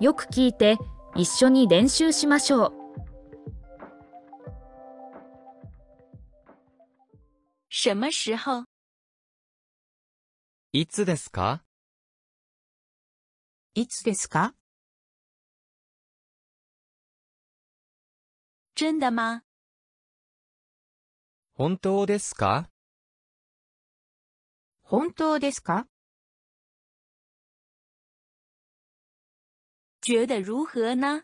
よく聞いて一緒に練習しましょう什么时候？いつですかいつですか真的吗？本当ですか本当ですか觉得如何呢？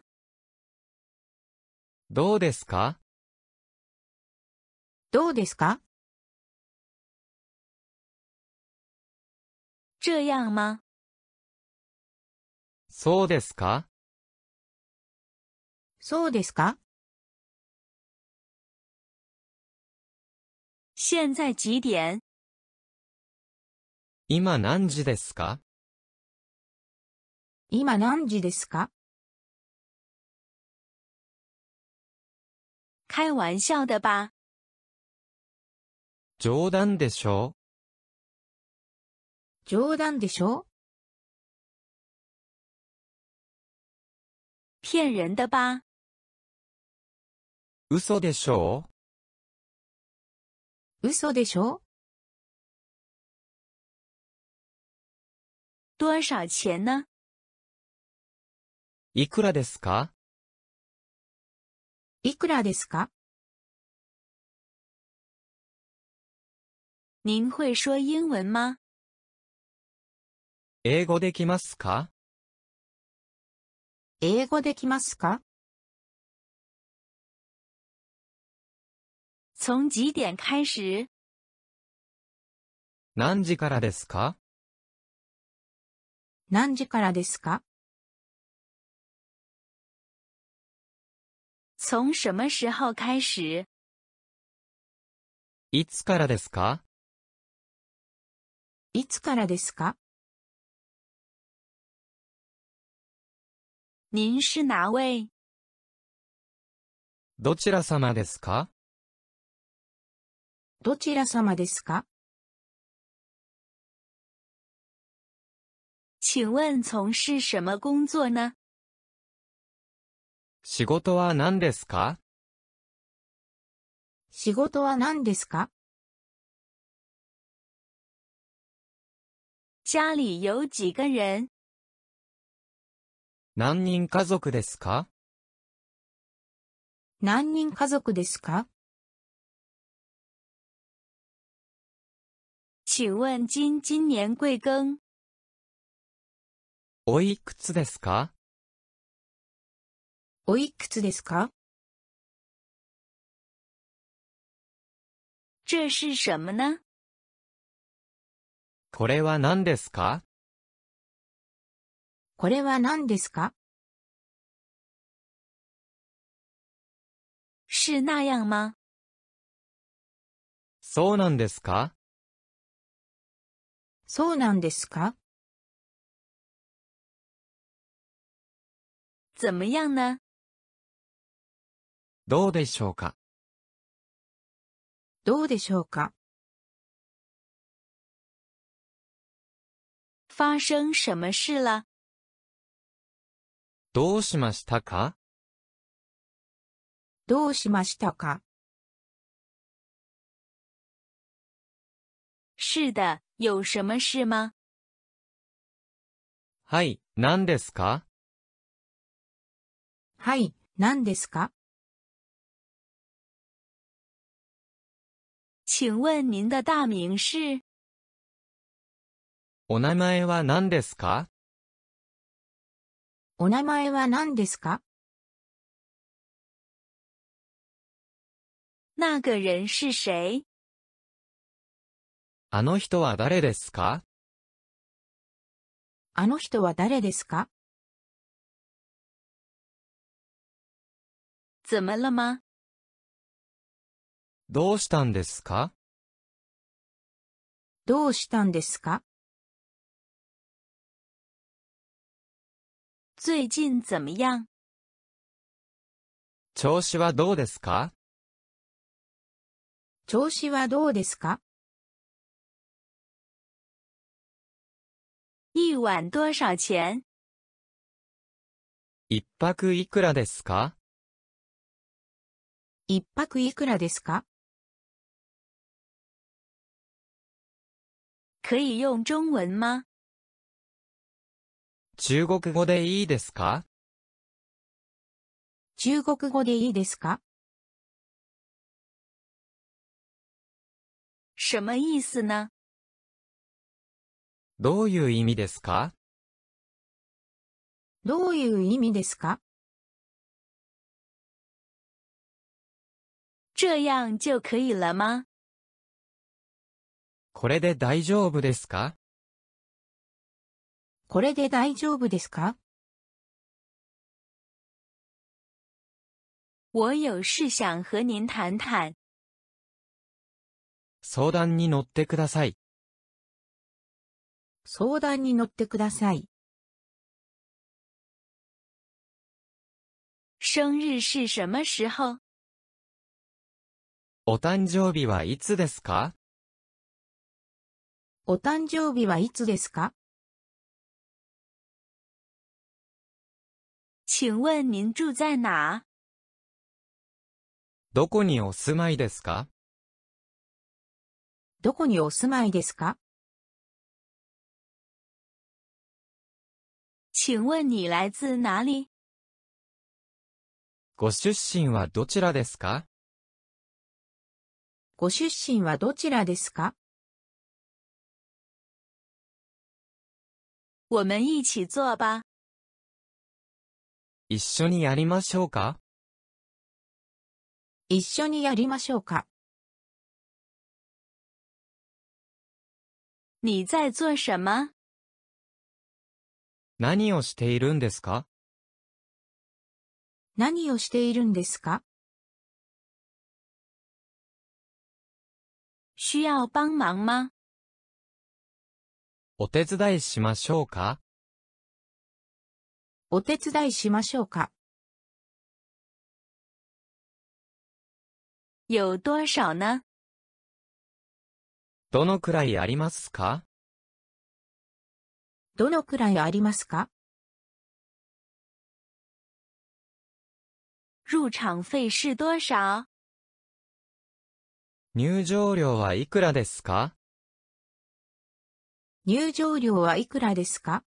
どうですかどうですか这样吗？そうですかそうですか现在几点？今何時ですか今何時ですか开玩笑的吧？冗談でしょ冗談でしょ骗人的吧？う嘘でしょ嘘でしょ多少钱呢？ういくらですかいくらですか您会说英文吗？英語できますか英語できますか从几点开始？何時からですか何時からですか从什么时候开始？いつからですかいつからですか您是哪位？どちら様ですかどちら様ですか请问从事什么工作呢？仕事は何ですか仕事は何ですか家里有几个人？何人家族ですか何人家族ですか请问今今年贵庚？おいくつですかおいくつですか这是什么呢？これは何ですかこれは何ですか是那样吗？そうなんですかそうなんですか怎么样呢？どうでしょうかどうでしょうか发生什么事了？どうしましたかどうしましたか是的，有什么事吗？はい、何ですかはい、何ですか请问您的大名是？お名前は何ですかお名前は何ですか那个人是谁？あの人は誰ですかあの人は誰ですか怎么了吗？どうしたんですかどうしたんですか最近怎么样？調子はどうですか調子はどうですか一晚多少钱？一泊いくらですか一泊いくらですか可以用中文吗？中国語でいいですか中国語でいいですか什么意思呢？どういう意味ですかどういう意味ですか这样就可以了吗？これで大丈夫ですかこれで大丈夫ですか我有事想和您谈谈。相談に乗ってください。相談に乗ってください。生日是什么时候？お誕生日はいつですかお誕生日はいつですか请问您住在哪？どこにお住まいですかどこにお住まいですか请问你来自哪里？ご出身はどちらですかご出身はどちらですか我们一起做吧。一緒にやりましょうか一緒にやりましょうか你在做什么？何をしているんですか何をしているんですか需要帮忙吗？お手伝いしましょうかお手伝いしましょうか有多少呢？どのくらいありますかどのくらいありますか入场费是多少？入場料はいくらですか入場料はいくらですか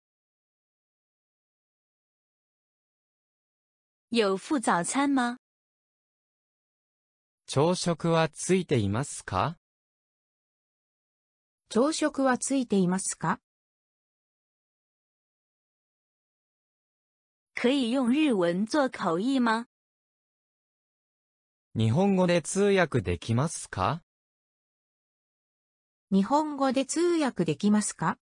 有付早餐吗？朝食はついていますか朝食はついていますか可以用日文做口译吗？日本語で通訳できますか日本語で通訳できますか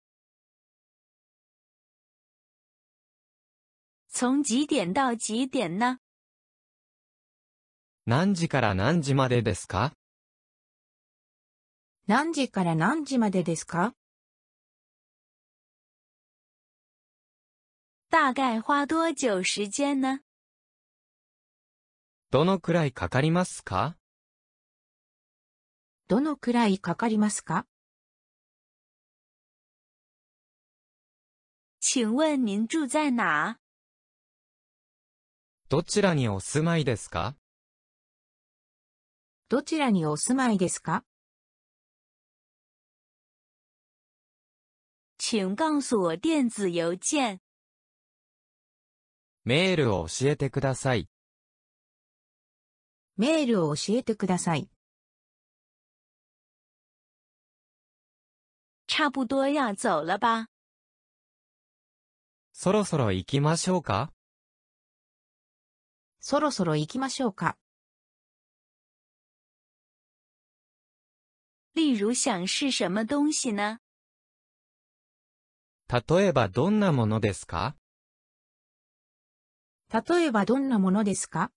从几点到几点呢？何時から何時までですか何時から何時までですか大概花多久时间呢？どのくらいかかりますかどのくらいかかりますか请问您住在哪？どちらにお住まいですかどちらにお住まいですか请告诉我电子邮件。メールを教えてください。メールを教えてください。差不多要走了吧？そろそろ行きましょうかそろそろ行きましょうか。例如想是什么东西呢？例えばどんなものですか例えばどんなものですか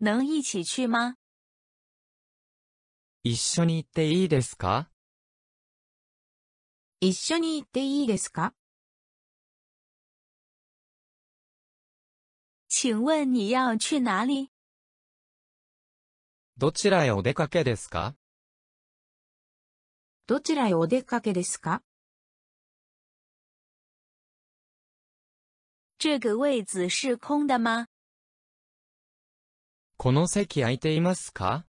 能一起去吗？一緒に行っていいですか一緒に行っていいですか请问你要去哪里？どちらへお出かけですかどちらへお出かけですか这个位子是空的吗？この席空いていますか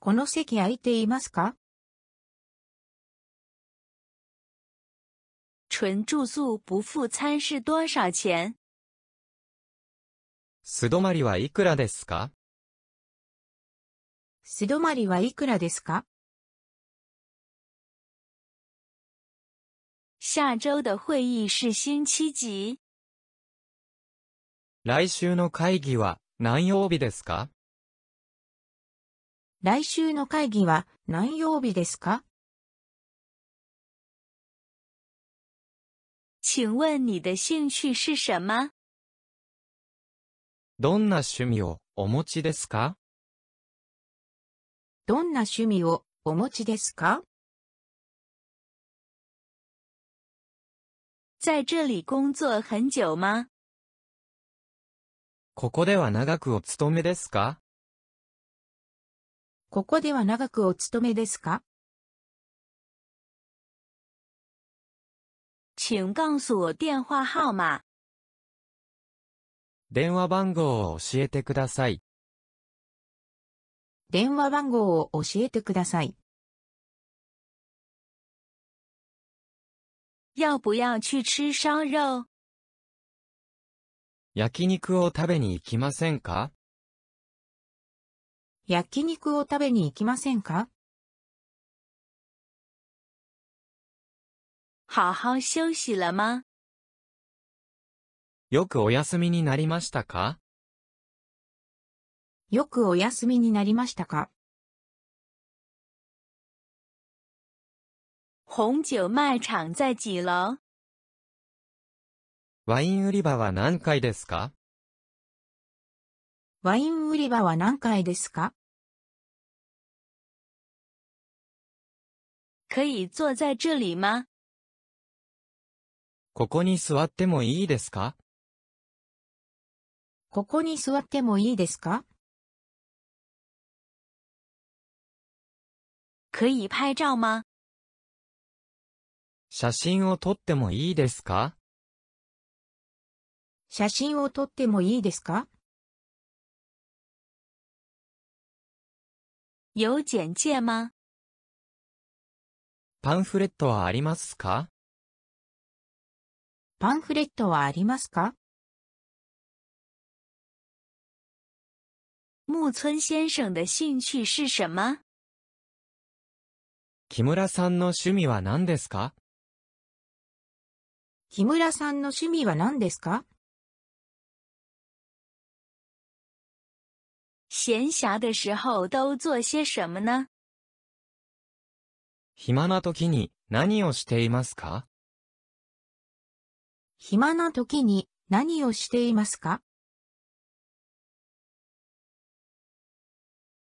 この席空いていますか纯住宿不付餐是多少钱？素泊まりはいくらですか素泊まりはいくらですか下周的会议是星期几？来週の会議は何曜日ですか来週の会議は何曜日ですか请问你的兴趣是什么？どんな趣味をお持ちですかどんな趣味をお持ちですか在这里工作很久吗？ここでは長くお勤めですかここでは長くお勤めですか请告诉我电话号码。電話番号を教えてください。電話番号を教えてください。要不要去吃烧肉？焼肉を食べに行きませんか焼肉を食べに行きませんか好好休息了吗？よくお休みになりましたかよくお休みになりましたか红酒卖场在几楼？ワイン売り場は何階ですかワイン売り場は何階ですか可以坐在这里吗？ここに座ってもいいですかここに座ってもいいですか可以拍照吗？写真を撮ってもいいですか写真を撮ってもいいですか有简介吗？パンフレットはありますかパンフレットはありますか木村先生的兴趣是什么？木村さんの趣味は何ですか木村さんの趣味は何ですか闲暇的时候都做些什么呢？暇な時に何をしていますか暇な時に何をしていますか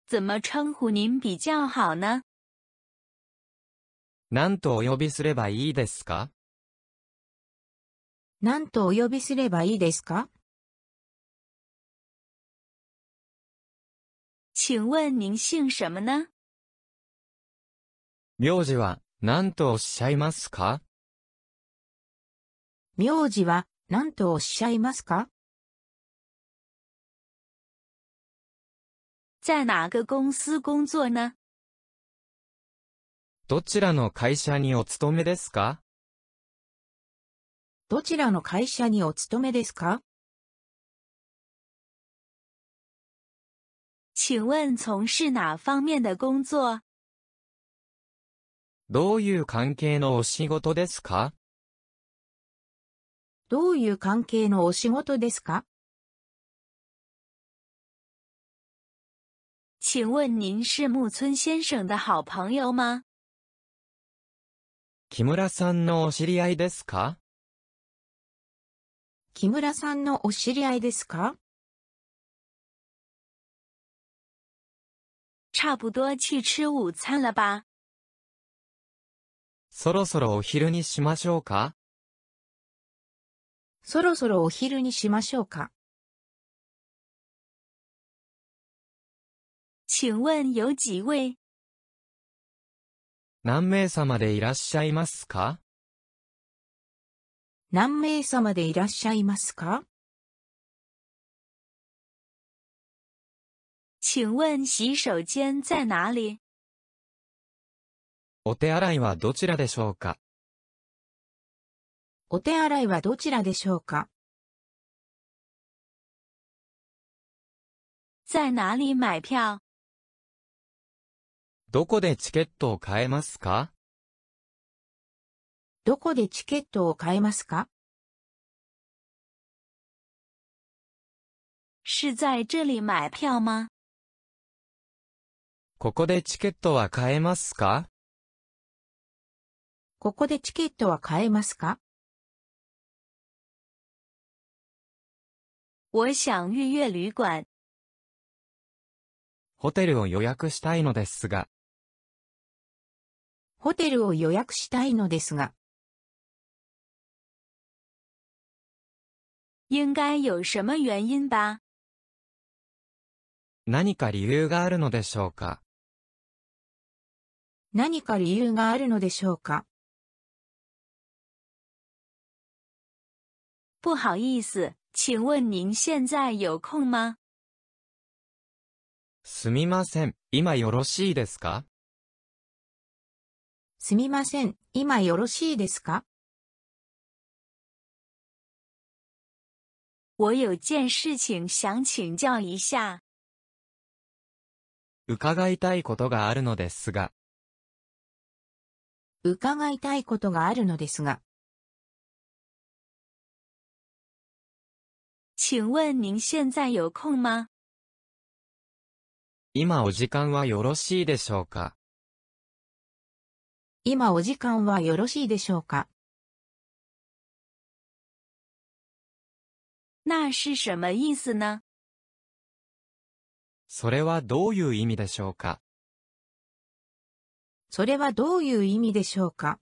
怎么称呼您比较好呢？何とお呼びすればいいですか何とお呼びすればいいですか请问您姓什么呢？名字は何とおっしゃいますか名字は何とおっしゃいますか在哪个公司工作呢？どちらの会社にお勤めですかどちらの会社にお勤めですか请问从事哪方面的工作？どういう関係のお仕事ですかどういう関係のお仕事ですか请问您是木村先生的好朋友吗？木村さんのお知り合いですか木村さんのお知り合いですか差不多去吃午餐了吧？そろそろお昼にしましょうかそろそろお昼にしましょうか请问有几位？何名様でいらっしゃいますか何名様でいらっしゃいますか请问洗手间在哪里？お手洗いはどちらでしょうかお手洗いはどちらでしょうか在哪里买票？どこでチケットを買えますかどこでチケットを買えますか是在这里买票吗？ここでチケットは買えますかここでチケットは買えますか我想预约旅馆，ホテルを予約したいのですが、ホテルを予約したいのですが、应该有什么原因吧？何か理由があるのでしょうか何か理由があるのでしょうか不好意思，请问您现在有空吗？すみません。今よろしいですかすみません、今よろしいですか我有件事情想请教一下，伺いたいことがあるのですが、伺いたいことがあるのですが、请问您现在有空吗？今お時間はよろしいでしょうか今お時間はよろしいでしょうか那是什么意思呢？それはどういう意味でしょうかそれはどういう意味でしょうか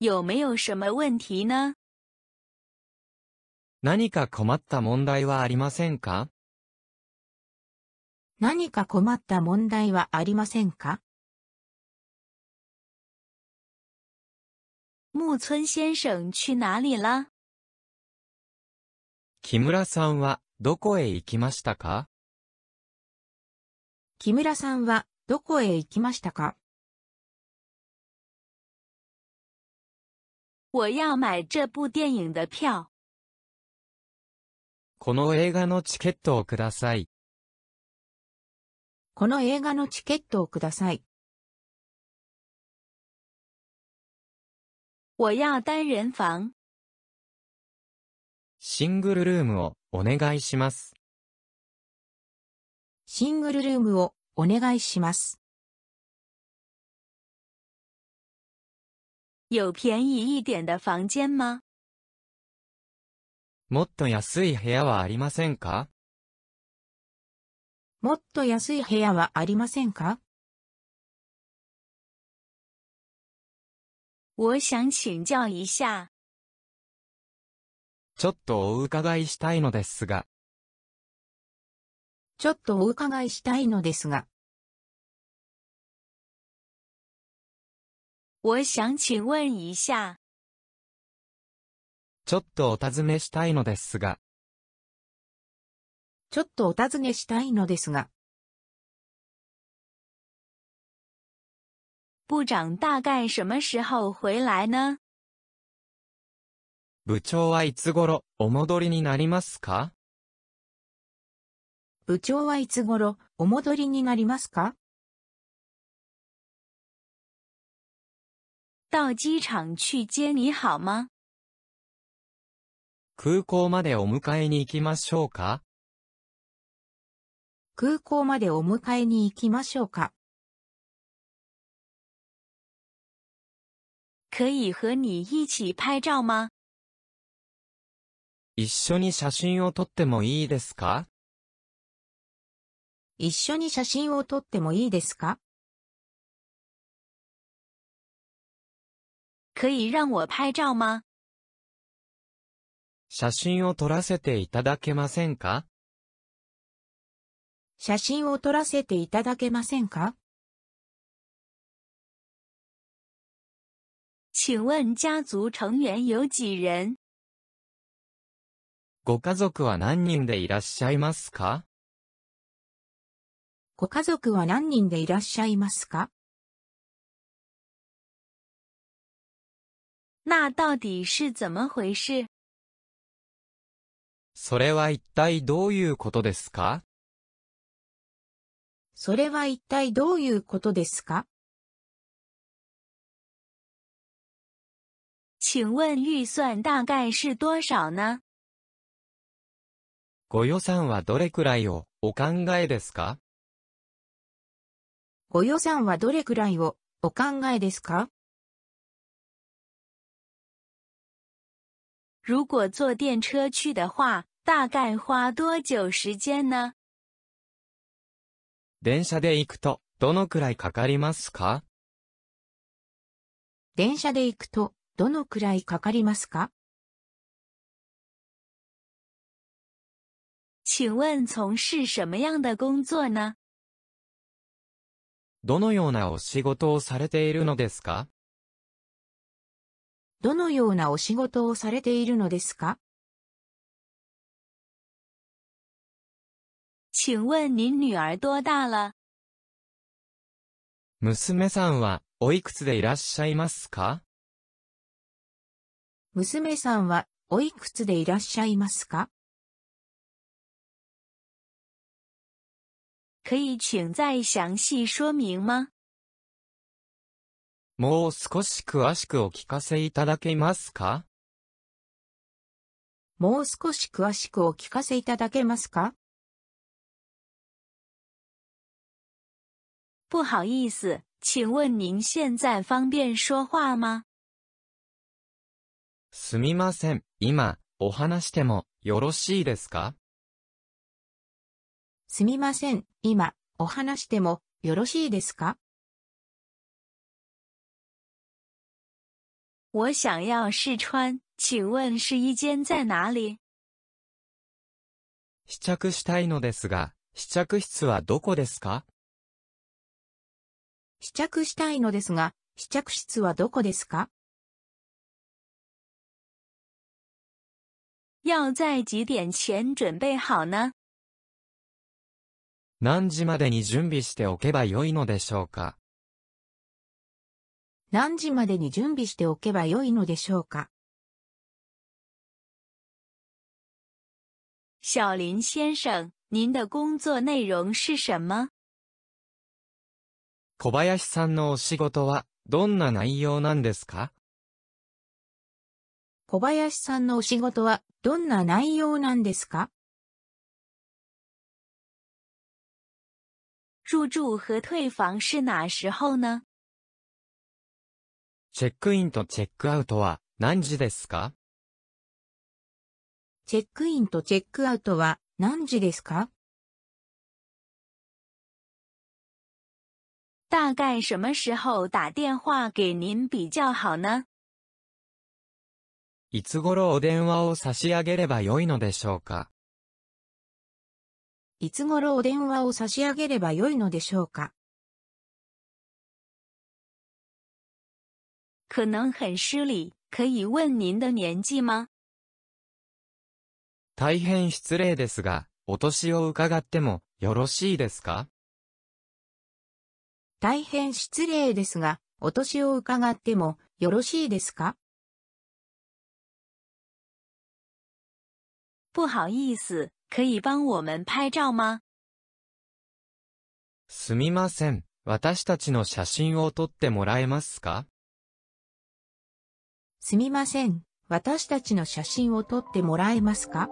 有没有什么问题呢？何か困った問題はありませんか何か困った問題はありませんか木村先生去哪里了？木村さんはどこへ行きましたか木村さんはどこへ行きましたか我要买这部电影的票，この映画のチケットをください。この映画のチケットをください。我要单人房，シングルルームをお願いします。シングルルームをお願いします。有便宜一点的房间吗？もっと安い部屋はありませんかもっと安い部屋はありませんか我想请教一下，ちょっとお伺いしたいのですが、ちょっとお伺いしたいのですが、我想请问一下，ちょっとお尋ねしたいのですが、ちょっとお尋ねしたいのですが、部长大概什么时候回来呢？部長はいつ頃お戻りになりますか部長はいつ頃お戻りになりますか到机场去接你好吗？空港までお迎えに行きましょうか空港までお迎えに行きましょうか可以和你一起拍照吗？一緒に写真を撮ってもいいですか一緒に写真を撮ってもいいですか可以让我拍照吗？写真を撮らせていただけませんか写真を撮らせていただけませんか请问家族成员有几人？ご家族は何人でいらっしゃいますかご家族は何人でいらっしゃいますか那到底是怎么回事？それは一体どういうことですかそれは一体どういうことですか请问预算大概是多少呢？ご予算はどれくらいをお考えですかご予算はどれくらいをお考えですか如果坐电车去的话，大概花多久时间呢？電車で行くとどのくらいかかりますか電車で行くとどのくらいかかりますか请问从事什么样的工作呢？どのようなお仕事をされているのですかどのようなお仕事をされているのですか请问您女儿多大了？娘さんはおいくつでいらっしゃいますか娘さんはおいくつでいらっしゃいますか可以请再详细说明吗？もう少し詳しくお聞かせいただけますかもう少し詳しくお聞かせいただけますか不好意思，请问您现在方便说话吗？すみません。今、お話してもよろしいですかすみません。今、お話してもよろしいですか我想要试穿，请问试衣间在哪里？試着したいのですが、試着室はどこですか試着したいのですが、試着室はどこですか要在几点前准备好呢？何時までに準備しておけばよいのでしょうか何時までに準備しておけばよいのでしょうか小林先生，您的工作内容是什么？小林さんのお仕事はどんな内容なんですか小林さんのお仕事はどんな内容なんですか入住和退房是哪时候呢？チェックインとチェックアウトは何時ですかチェックインとチェックアウトは何時ですか大概什么时候打电话给您比较好呢？いつ頃お電話を差し上げればよいのでしょうかいつ頃お電話を差し上げればよいのでしょうか可能很失礼，可以问您的年纪吗？大変失礼ですが、お年を伺ってもよろしいですか大変失礼ですが、お年を伺ってもよろしいですか不好意思，可以帮我们拍照吗？すみません。私たちの写真を撮ってもらえますかすみません。私たちの写真を撮ってもらえますか